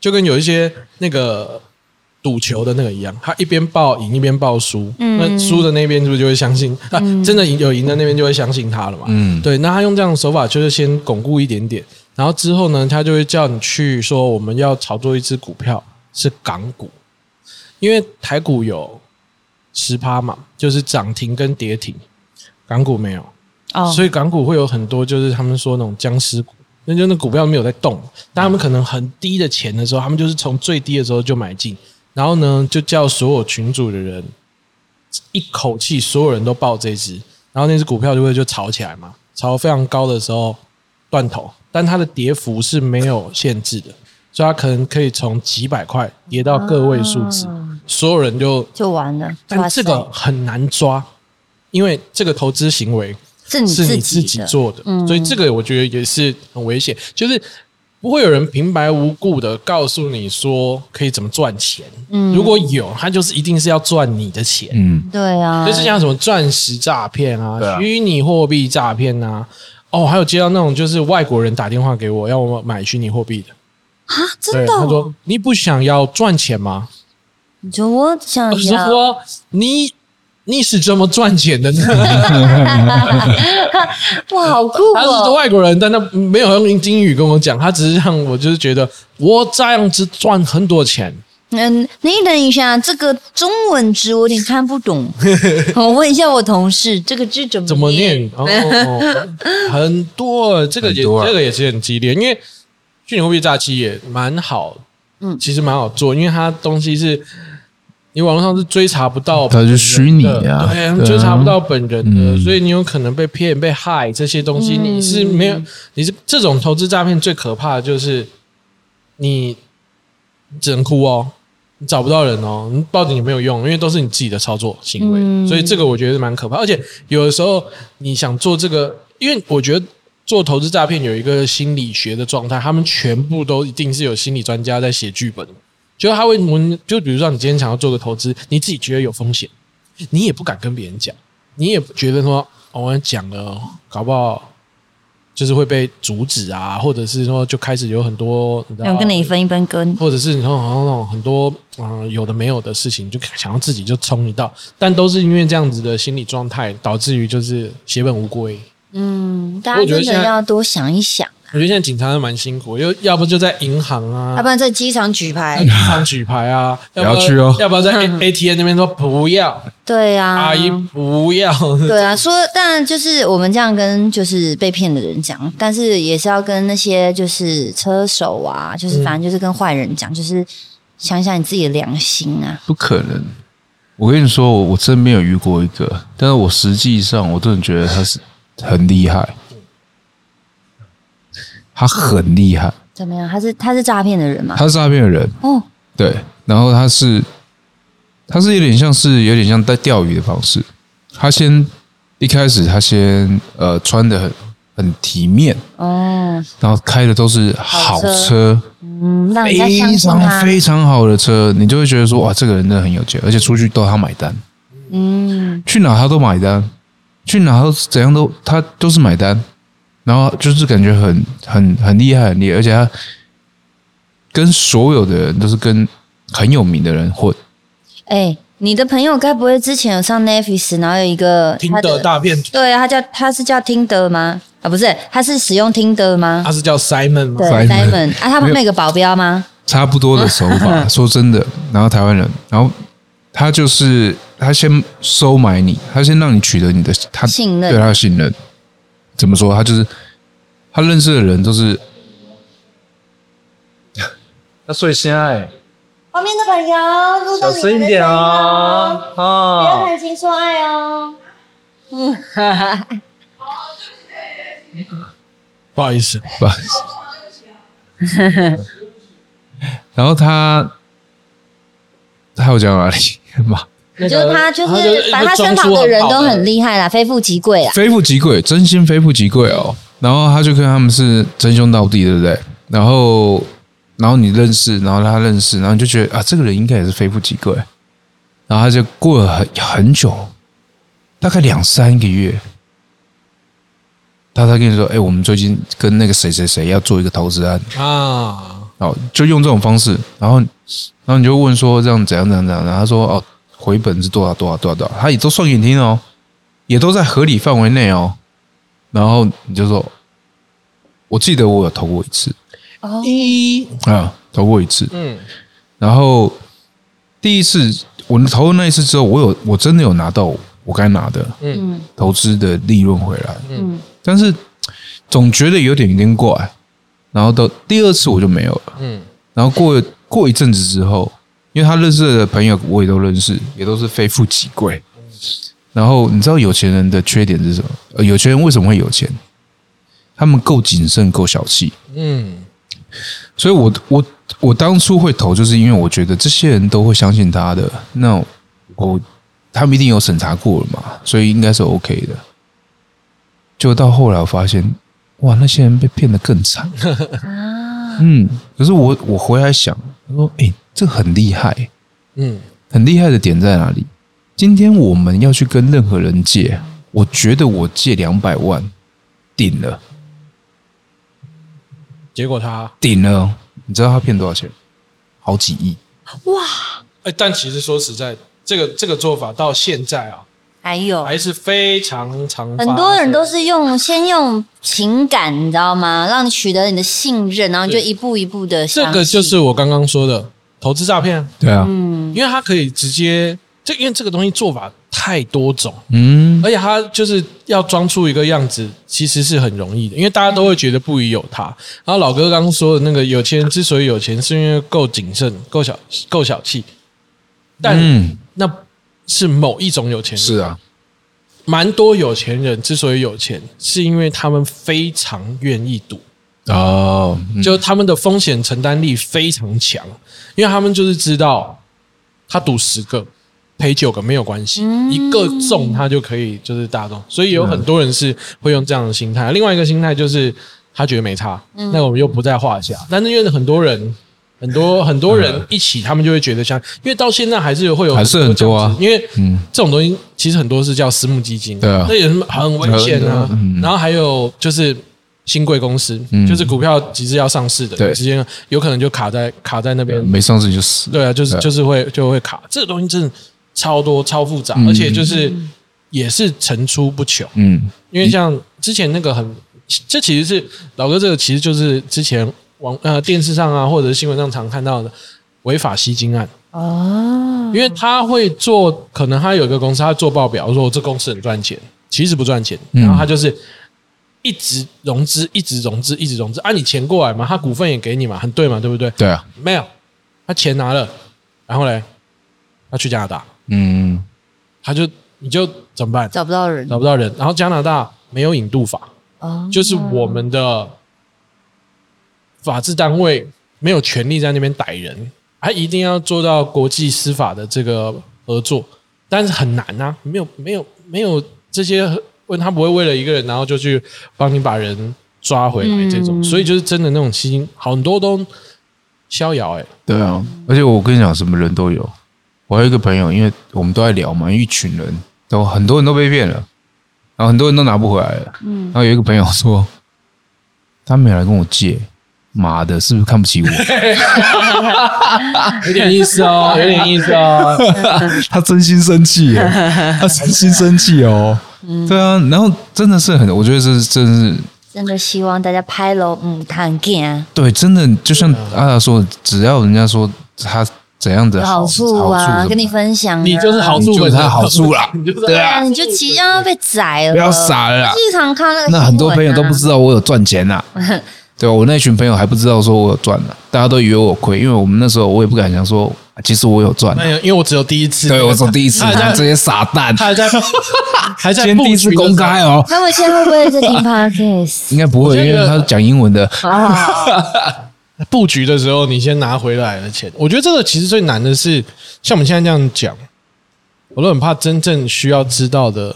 就跟有一些那个赌球的那个一样，他一边报赢一边报输，嗯那输的那边是不是就会相信 <laughs> 啊？真的赢有赢的那边就会相信他了嘛？嗯对，那他用这样的手法就是先巩固一点点，然后之后呢，他就会叫你去说我们要炒作一只股票是港股，因为台股有十趴嘛，就是涨停跟跌停，港股没有。哦，所以港股会有很多就是他们说那种僵尸股，那就那股票没有在动，但他们可能很低的钱的时候，他们就是从最低的时候就买进，然后呢就叫所有群主的人一口气所有人都报这只，然后那只股票就会就炒起来嘛，炒得非常高的时候断头，但它的跌幅是没有限制的，所以它可能可以从几百块跌到个位数值，啊所有人就，就完了，但哇这塞个很难抓，因为这个投资行为是你是你自嗯自己的，做的，嗯所以这个我觉得也是很危险，就是不会有人平白无故的告诉你说可以怎么赚钱，嗯如果有，他就是一定是要赚你的钱，嗯，对啊，就是像什么钻石诈骗啊对、啊虚拟货币诈骗啊，哦，还有接到那种就是外国人打电话给我要我买虚拟货币的，啊，真对，的哦，他说你不想要赚钱吗？你说我想我是要，说你你是怎么赚钱的呢？哇，好酷他是哦，外国人，但他没有用英语跟我讲，他只是让我就是觉得我这样子赚很多钱。嗯，你等一下，这个中文字我有点看不懂，我问一下我同事，这个字怎么怎么？念？哦，哦哦很多，这个也嗯很多啊这个也是很激烈，因为虚拟货币诈欺也蛮好，嗯其实蛮好做，因为它东西是你网络上是追查不到它本人是的，虚拟啊对啊，对啊追查不到本人的，嗯所以你有可能被骗、被害这些东西，嗯你是没有，你是这种投资诈骗最可怕的就是你只能哭哦。你找不到人哦，你报警也没有用，因为都是你自己的操作行为，嗯所以这个我觉得是蛮可怕。而且有的时候你想做这个，因为我觉得做投资诈骗有一个心理学的状态，他们全部都一定是有心理专家在写剧本，就是他会模，就比如说你今天想要做个投资，你自己觉得有风险，你也不敢跟别人讲，你也觉得说，哦、我讲了，搞不好就是会被阻止啊，或者是说就开始有很多，你知道想跟你分一分羹，或者是你说好像那种很多嗯、呃有的没有的事情，就想要自己就冲一道，但都是因为这样子的心理状态，导致于就是血本无归。嗯，大我家觉得真现的在要多想一想，我觉得现在警察还蛮辛苦，又要不就在银行要啊不。然在机场举牌，上举牌 <laughs> 啊，不要要去哦要不要在 A- ATM 那边说不要，对啊，阿姨不要，对啊，说当然就是我们这样跟就是被骗的人讲，但是也是要跟那些就是车手啊，就是反正就是跟坏人讲，就是想想你自己的良心啊。不可能。我跟你说，我我真没有遇过一个，但是我实际上我真的觉得他是很厉害，他很厉害，怎么样？他是他是诈骗的人吗？他是诈骗的人，哦，对，然后他是，他是有点像是有点像在钓鱼的方式。他先一开始他先呃穿的很很体面，哦，然后开的都是好好车，嗯，让人家相非信常他。非常好的车，你就会觉得说哇，这个人真的很有钱，而且出去都他买单，嗯，去哪他都买单，去哪都怎样都他都是买单。然后就是感觉很很很厉害，很厉害，而且他跟所有的人都是跟很有名的人混，哎、你的朋友该不会之前有上 Netflix，然后有一个听他的的大片，对啊，他叫他是叫听的吗？啊，不是，他是使用听的吗？他是叫啊 Simon 吗对？ Simon ，Simon 啊，他们没那个保镖吗？差不多的手法。嗯说真的，然后台湾人，然后他就是他先收买你，他先让你取得你的他信对任他的信任。怎么说？他就是他认识的人都是。 <laughs> 那所以现在旁边的朋友，录到你们的声音哦，不要啊！谈情说爱哦。不好意思，不好意思。然后他他有讲哪里？ <laughs> 妈，那就是个他，就他就是是反正他身旁的人都很厉害啦，非富即贵啊啦。非富即贵，真心非富即贵哦。然后他就跟他们是称兄道弟，对不对？然后，然后你认识，然后他认识，然后你就觉得啊，这个人应该也是非富即贵。然后他就过了很很久，大概两三个月，他才跟你说：“哎、我们最近跟那个谁谁谁要做一个投资案。”啊，哦，就用这种方式，然后，然后你就问说这样怎样怎样怎样，然后他说哦，回本是多少多少多少多少，他也都算给你听哦，也都在合理范围内哦，然后你就说，我记得我有投过一次哦，一啊，投过一次，嗯然后第一次我投了那一次之后，我有我真的有拿到我该拿的嗯投资的利润回来，嗯，但是总觉得有点有点怪，然后到第二次我就没有了。嗯然后过过一阵子之后，因为他认识的朋友我也都认识，也都是非富即贵。然后你知道有钱人的缺点是什么？呃，有钱人为什么会有钱？他们够谨慎，够小气。嗯所以我我我当初会投，就是因为我觉得这些人都会相信他的，那我他们一定有审查过了嘛，所以应该是 OK 的。就到后来我发现，哇，那些人被骗得更惨。嗯，可是我我回来想，我说，诶，这很厉害、嗯很厉害的点在哪里？今天我们要去跟任何人借，我觉得我借两百万顶了，结果他顶了。你知道他骗多少钱？好几亿。哎，但其实说实在，这个这个做法到现在啊，还有还是非常常发很生多人都是用先用情感，你知道吗？让你取得你的信任，然后你就对一步一步的。这个就是我刚刚说的投资诈骗，对啊，嗯，因为他可以直接，这因为这个东西做法太多种，嗯，而且他就是要装出一个样子，其实是很容易的，因为大家都会觉得不疑有他。然后老哥刚刚说的那个有钱人之所以有钱，是因为够谨慎、够小、够小气，但、嗯那是某一种有钱人。是啊，蛮多有钱人之所以有钱，是因为他们非常愿意赌，哦，嗯就他们的风险承担力非常强，因为他们就是知道他赌十个赔九个没有关系，嗯一个中他就可以就是大中，所以有很多人是会用这样的心态。另外一个心态就是他觉得没差，那我们又不在话下。但是因为很多人。很 <laughs> 多很多人一起，他们就会觉得像，因为到现在还是会有还是很多啊这样子因为嗯这种东西其实很多是叫私募基金，对啊那也是很危险啊嗯。然后还有就是新贵公司，嗯就是股票急着要上市的，对嗯直接有可能就卡在卡在那边，没上市就死了，对啊，就是对就是会就会卡，这个东西真的超多超复杂，嗯而且就是也是层出不穷。嗯，因为像之前那个很，这其实是老哥这个其实就是之前网呃电视上啊或者是新闻上常看到的违法吸金案。哦，因为他会做，可能他有一个公司，他做报表说这公司很赚钱，其实不赚钱，嗯然后他就是一直融资，一直融资，一直融资，啊，你钱过来嘛，他股份也给你嘛，很对嘛，对不对？对啊，没有，他钱拿了，然后嘞，他去加拿大，嗯，他就你就怎么办？找不到人找不到人，然后加拿大没有引渡法，哦，就是我们的法治单位没有权利在那边逮人，还一定要做到国际司法的这个合作，但是很难啊，没有没有没有这些问他不会为了一个人，然后就去帮你把人抓回来这种，嗯所以就是真的那种吸金，很多都逍遥哎、对啊，而且我跟你讲，什么人都有。我还有一个朋友，因为我们都在聊嘛，一群人都很多人都被骗了，然后很多人都拿不回来了。嗯然后有一个朋友说：“他没有来跟我借，妈的，是不是看不 <laughs> 起我？有点意思哦，有点意思哦。他真心生气 <laughs> 耶，他真心生气哦。嗯对啊，然后真的是很，我觉得这是真是真的希望大家拍喽，嗯，看见啊，对，真的就像阿达说，只要人家说他怎样的有好好处啊，好跟你分享啊，你就是好处你就本是身他好处啦 <laughs> 你就是对对啊啊，你就即将要被宰了，不要傻了啦。日常看到那个新闻那啊很多朋友都不知道我有赚 <laughs> 钱呐、对啊吧、我那群朋友还不知道说我有赚呢、大家都以为我亏，因为我们那时候我也不敢想说，啊其实我有赚、那因为我只有第一次，对，我从第一次他还这在，些傻蛋， <laughs> 他还在，还在今天第一次公开开。哦，他们现在会不会在 <laughs> 听 podcast？应该不会，我觉因得为他是讲英 <laughs> 文的。啊，布局的时候，你先拿回来的钱，我觉得这个其实最难的是，像我们现在这样讲，我都很怕真正需要知道的，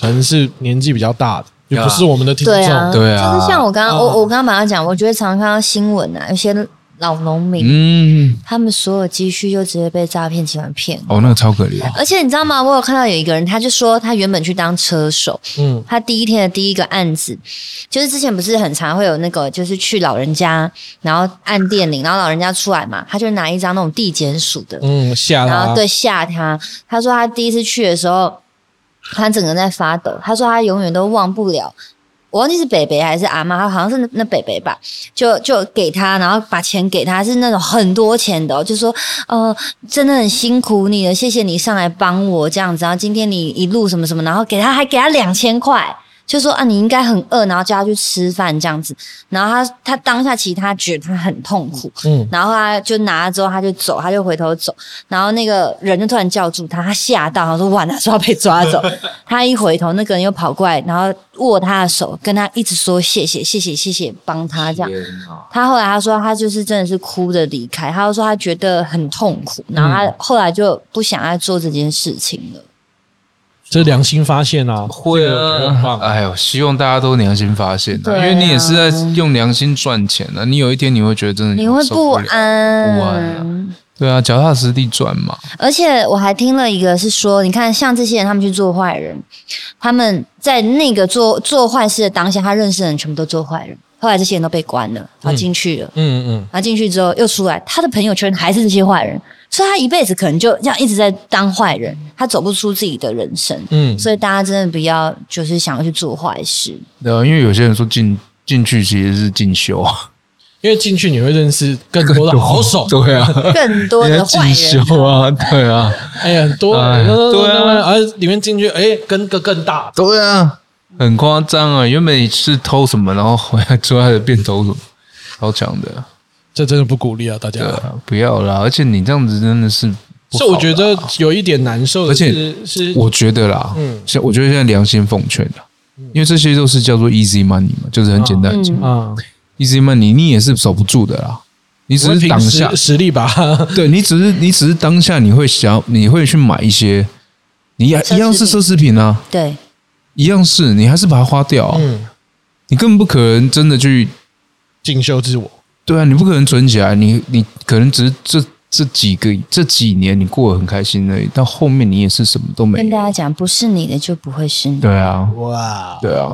可能是年纪比较大的，也不是我们的听众。对啊，对啊就是像我刚刚，嗯我我刚刚马上讲，我觉得常常看到新闻啊，有些老农民，嗯，他们所有积蓄就直接被诈骗集团骗。哦，那个超可怜，而且你知道吗？我有看到有一个人，他就说他原本去当车手，嗯，他第一天的第一个案子，就是之前不是很常会有那个，就是去老人家，然后按电铃，然后老人家出来嘛，他就拿一张那种地检署的，嗯，吓然啦后，啊对吓他。他说他第一次去的时候，他整个人在发抖。他说他永远都忘不了，我忘记是北北还是阿妈，他好像是那那北北吧，就就给他，然后把钱给他，是那种很多钱的、哦，就说呃，真的很辛苦你了，谢谢你上来帮我这样子，然后今天你一路什么什么，然后给他还给他两千块。就说啊，你应该很饿，然后叫他去吃饭这样子。然后他他当下其实他觉得他很痛苦，嗯，然后他就拿了之后，他就走，他就回头走，然后那个人就突然叫住他，他吓到，他说完了，说要被抓走。他一回头，那个人又跑过来，然后握他的手，跟他一直说谢谢，谢谢，谢谢，帮他这样。他后来他说他就是真的是哭着离开，他就说他觉得很痛苦，然后他后来就不想再做这件事情了。这良心发现啊，会这个我觉得很棒哎呦，希望大家都良心发现、啊，对因啊为你也是在用良心赚钱啊。你有一天你会觉得真的你会嗯受不了，安，不安对啊，脚踏实地赚嘛。而且我还听了一个是说，你看像这些人，他们去做坏人，他们在那个做做坏事的当下，他认识的人全部都做坏人，后来这些人都被关了，然后进去了，嗯嗯，然后进去之后又出来，他的朋友圈还是这些坏人，所以他一辈子可能就这样一直在当坏人，他走不出自己的人生。嗯所以大家真的不要就是想要去做坏事，对啊，因为有些人说进进去其实是进修，因为进去你会认识更多 <laughs> 的好手，对啊，更多的坏进人。修啊，对啊，哎呀，很多哎对啊而里面进去，哎，跟个更大的，对啊，很夸张啊！原本是偷什么，然后回来出来的变偷什么，超强的，这真的不鼓励啊，大家对。啊，不要啦！而且你这样子真的是不好啦，所以我觉得有一点难受的而且是，是我觉得啦，嗯像我觉得现在良心奉劝啦，因为这些都是叫做 easy money 嘛，就是很简单的钱、嗯，啊， easy money，你也是守不住的啦，你只我是凭当下实，实力 <laughs> 吧，对你只是你只是当下你会想要，你会去买一些，你也奢侈品一样是奢侈品啊，对，一样是你还是把它花掉啊、嗯，你根本不可能真的去进修自我，对啊，你不可能存起来，你你可能只是这这几个这几年你过得很开心而已，到后面你也是什么都没跟大有。家讲，不是你的就不会是你。对啊，哇，对啊，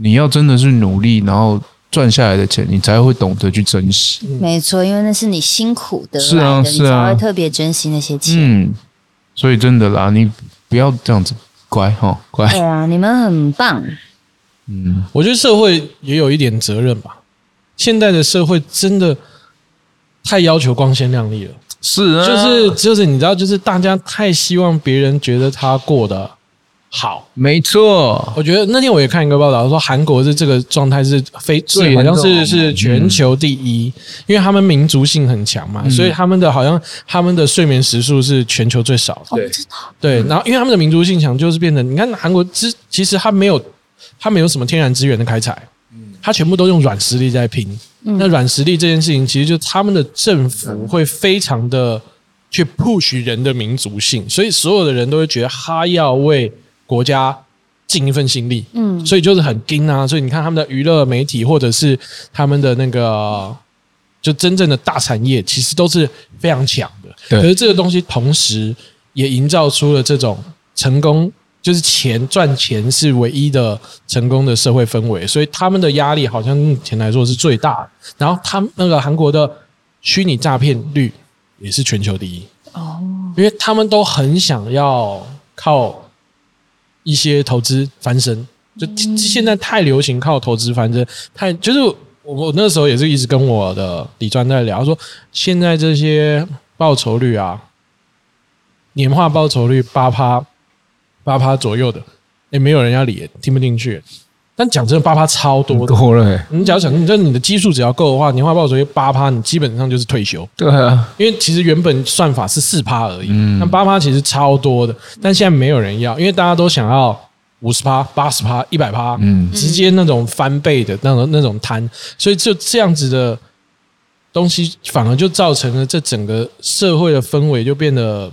你要真的是努力，然后赚下来的钱，你才会懂得去珍惜。嗯没错，因为那是你辛苦得是来啊的，是你啊才会特别珍惜那些钱。嗯，所以真的啦，你不要这样子，乖哈、哦，对乖。啊，你们很棒，嗯，我觉得社会也有一点责任吧。现在的社会真的太要求光鲜亮丽了，是啊，就是就是你知道，就是大家太希望别人觉得他过得好。没错，我觉得那天我也看一个报道，说韩国是这个状态是非最是严好重嗯像是是全球第一，因为他们民族性很强嗯嘛，所以他们的好像他们的睡眠时数是全球最少的。哦对，真的哦对，嗯然后因为他们的民族性强，就是变成你看韩国之其实它没有它没有什么天然资源的开采，嗯它全部都用软实力在拼。嗯那软实力这件事情，其实就他们的政府会非常的去 push 人的民族性，所以所有的人都会觉得他要为国家尽一份心力，嗯，所以就是很精啊。所以你看他们的娱乐媒体或者是他们的那个就真正的大产业，其实都是非常强的。对可是这个东西同时也营造出了这种成功就是钱赚钱是唯一的成功的社会氛围，所以他们的压力好像目前来说是最大的。然后他们那个韩国的虚拟诈骗率也是全球第一，哦，因为他们都很想要靠一些投资翻身，就现在太流行靠投资翻身，太就是我我那时候也是一直跟我的李专在聊，他说现在这些报酬率啊，年化报酬率八趴八趴左右的，也没有人要理，听不进去。但讲真的，八趴超多的。多了、欸，你只要想，你这你的基数只要够的话，年化报酬率八趴，你基本上就是退休。对啊，因为其实原本算法是四趴而已，嗯那八趴其实超多的，但现在没有人要，因为大家都想要五十趴、八十趴、一百趴，嗯直接那种翻倍的那种那种摊，所以就这样子的东西，反而就造成了这整个社会的氛围就变得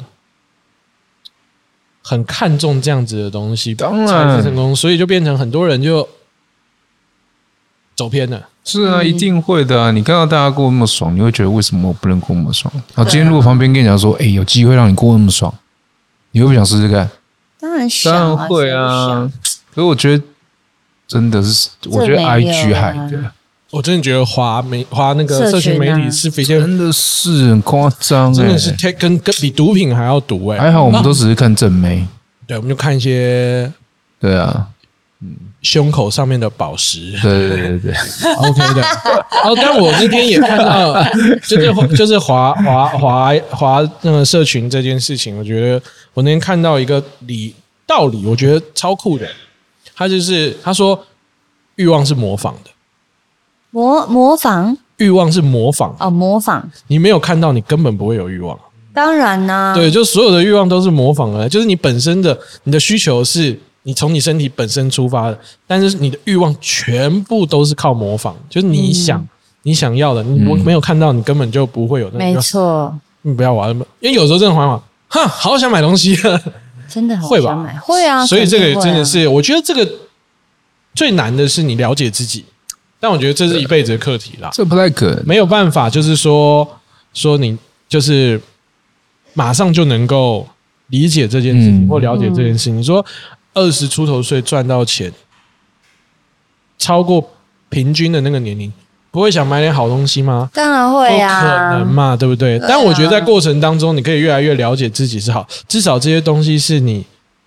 很看重这样子的东西，当然才是成功，所以就变成很多人就走偏了。是啊，嗯一定会的啊！你看到大家过那么爽，你会觉得为什么我不能过那么爽？好，今天如果旁边跟你讲说，哎、有机会让你过那么爽，你会不会想试试看？当然想、当啊，然会谁不啊想。可是我觉得真的是，我觉这得没有 IG 啊害的，我真的觉得华媒、华那个社社群群媒啊体是非常真的是很夸张、欸，真的是 t 跟跟比毒品还要毒哎、还好我们啊都只是看正妹，对，我们就看一些对啊，胸口上面的宝石对对对对对， ，OK 的。 <laughs> 哦，但我那天也看到， <laughs> 就是就是华华华华那个社群这件事情，我觉得我那天看到一个理道理，我觉得超酷的。他就是他说，欲望是模仿的，模模仿欲望是模仿，哦，模仿，你没有看到，你根本不会有欲望。当然啊啦、对，就所有的欲望都是模仿而来，就是你本身的你的需求是你从你身体本身出发的，但是你的欲望全部都是靠模仿，就是你嗯想、你想要的，你我没有看到，你根本就不会有那个欲没望。错，你不要玩，因为有时候真的玩玩，哼，好想买东西啊，真的很会吧想买，会啊，所以这肯定个会啊真的是，我觉得这个最难的是你了解自己，但我觉得这是一辈子的课题啦。这不太可能。没有办法，就是说说你就是马上就能够理解这件事情、嗯或了解这件事情。你说二十出头岁赚到钱，超过平均的那个年龄，不会想买点好东西吗？当然会不可能啊，嘛，对不对？对啊但我觉得在过程当中，你可以越来越了解自己是好，至少这些东西是你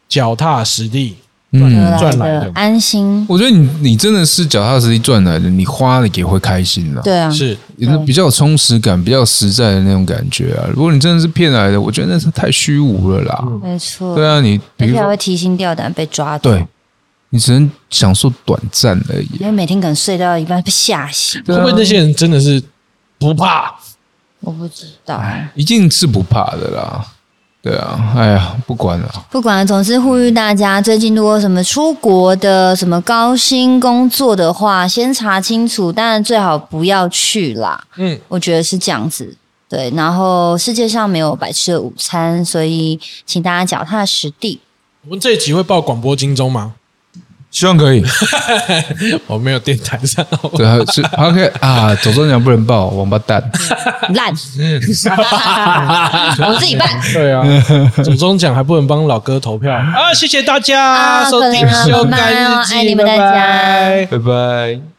脚踏实地。嗯，赚来来的啊安心，我觉得你你真的是脚踏实地赚来的，你花了也会开心的、对啊，是，那比较有充实感，比较实在的那种感觉啊。如果你真的是骗来的，我觉得那是太虚无了啦。嗯没错，对啊，你而比如且还说，会提心吊胆被抓走，对，你只能享受短暂而已因。为每天可能睡到一半被吓醒，对会啊不会那些人真的是不怕？我不知道。一定是不怕的啦。对啊，哎呀，不管了，不管，总之呼吁大家，最近如果有什么出国的、什么高薪工作的话，先查清楚，当然最好不要去啦。嗯，我觉得是这样子。对，然后世界上没有白吃的午餐，所以请大家脚踏实地。我们这一集会报广播金钟吗？希望可以。我哦没有电台上，对，还有是 OK 啊，走中奖不能报，王八蛋。烂，我自己办。对 <laughs> 啊，总中奖还不能帮老哥投票啊！谢谢大家啊收听可怜啊修拜拜干哦日记，爱你们大家拜拜拜拜。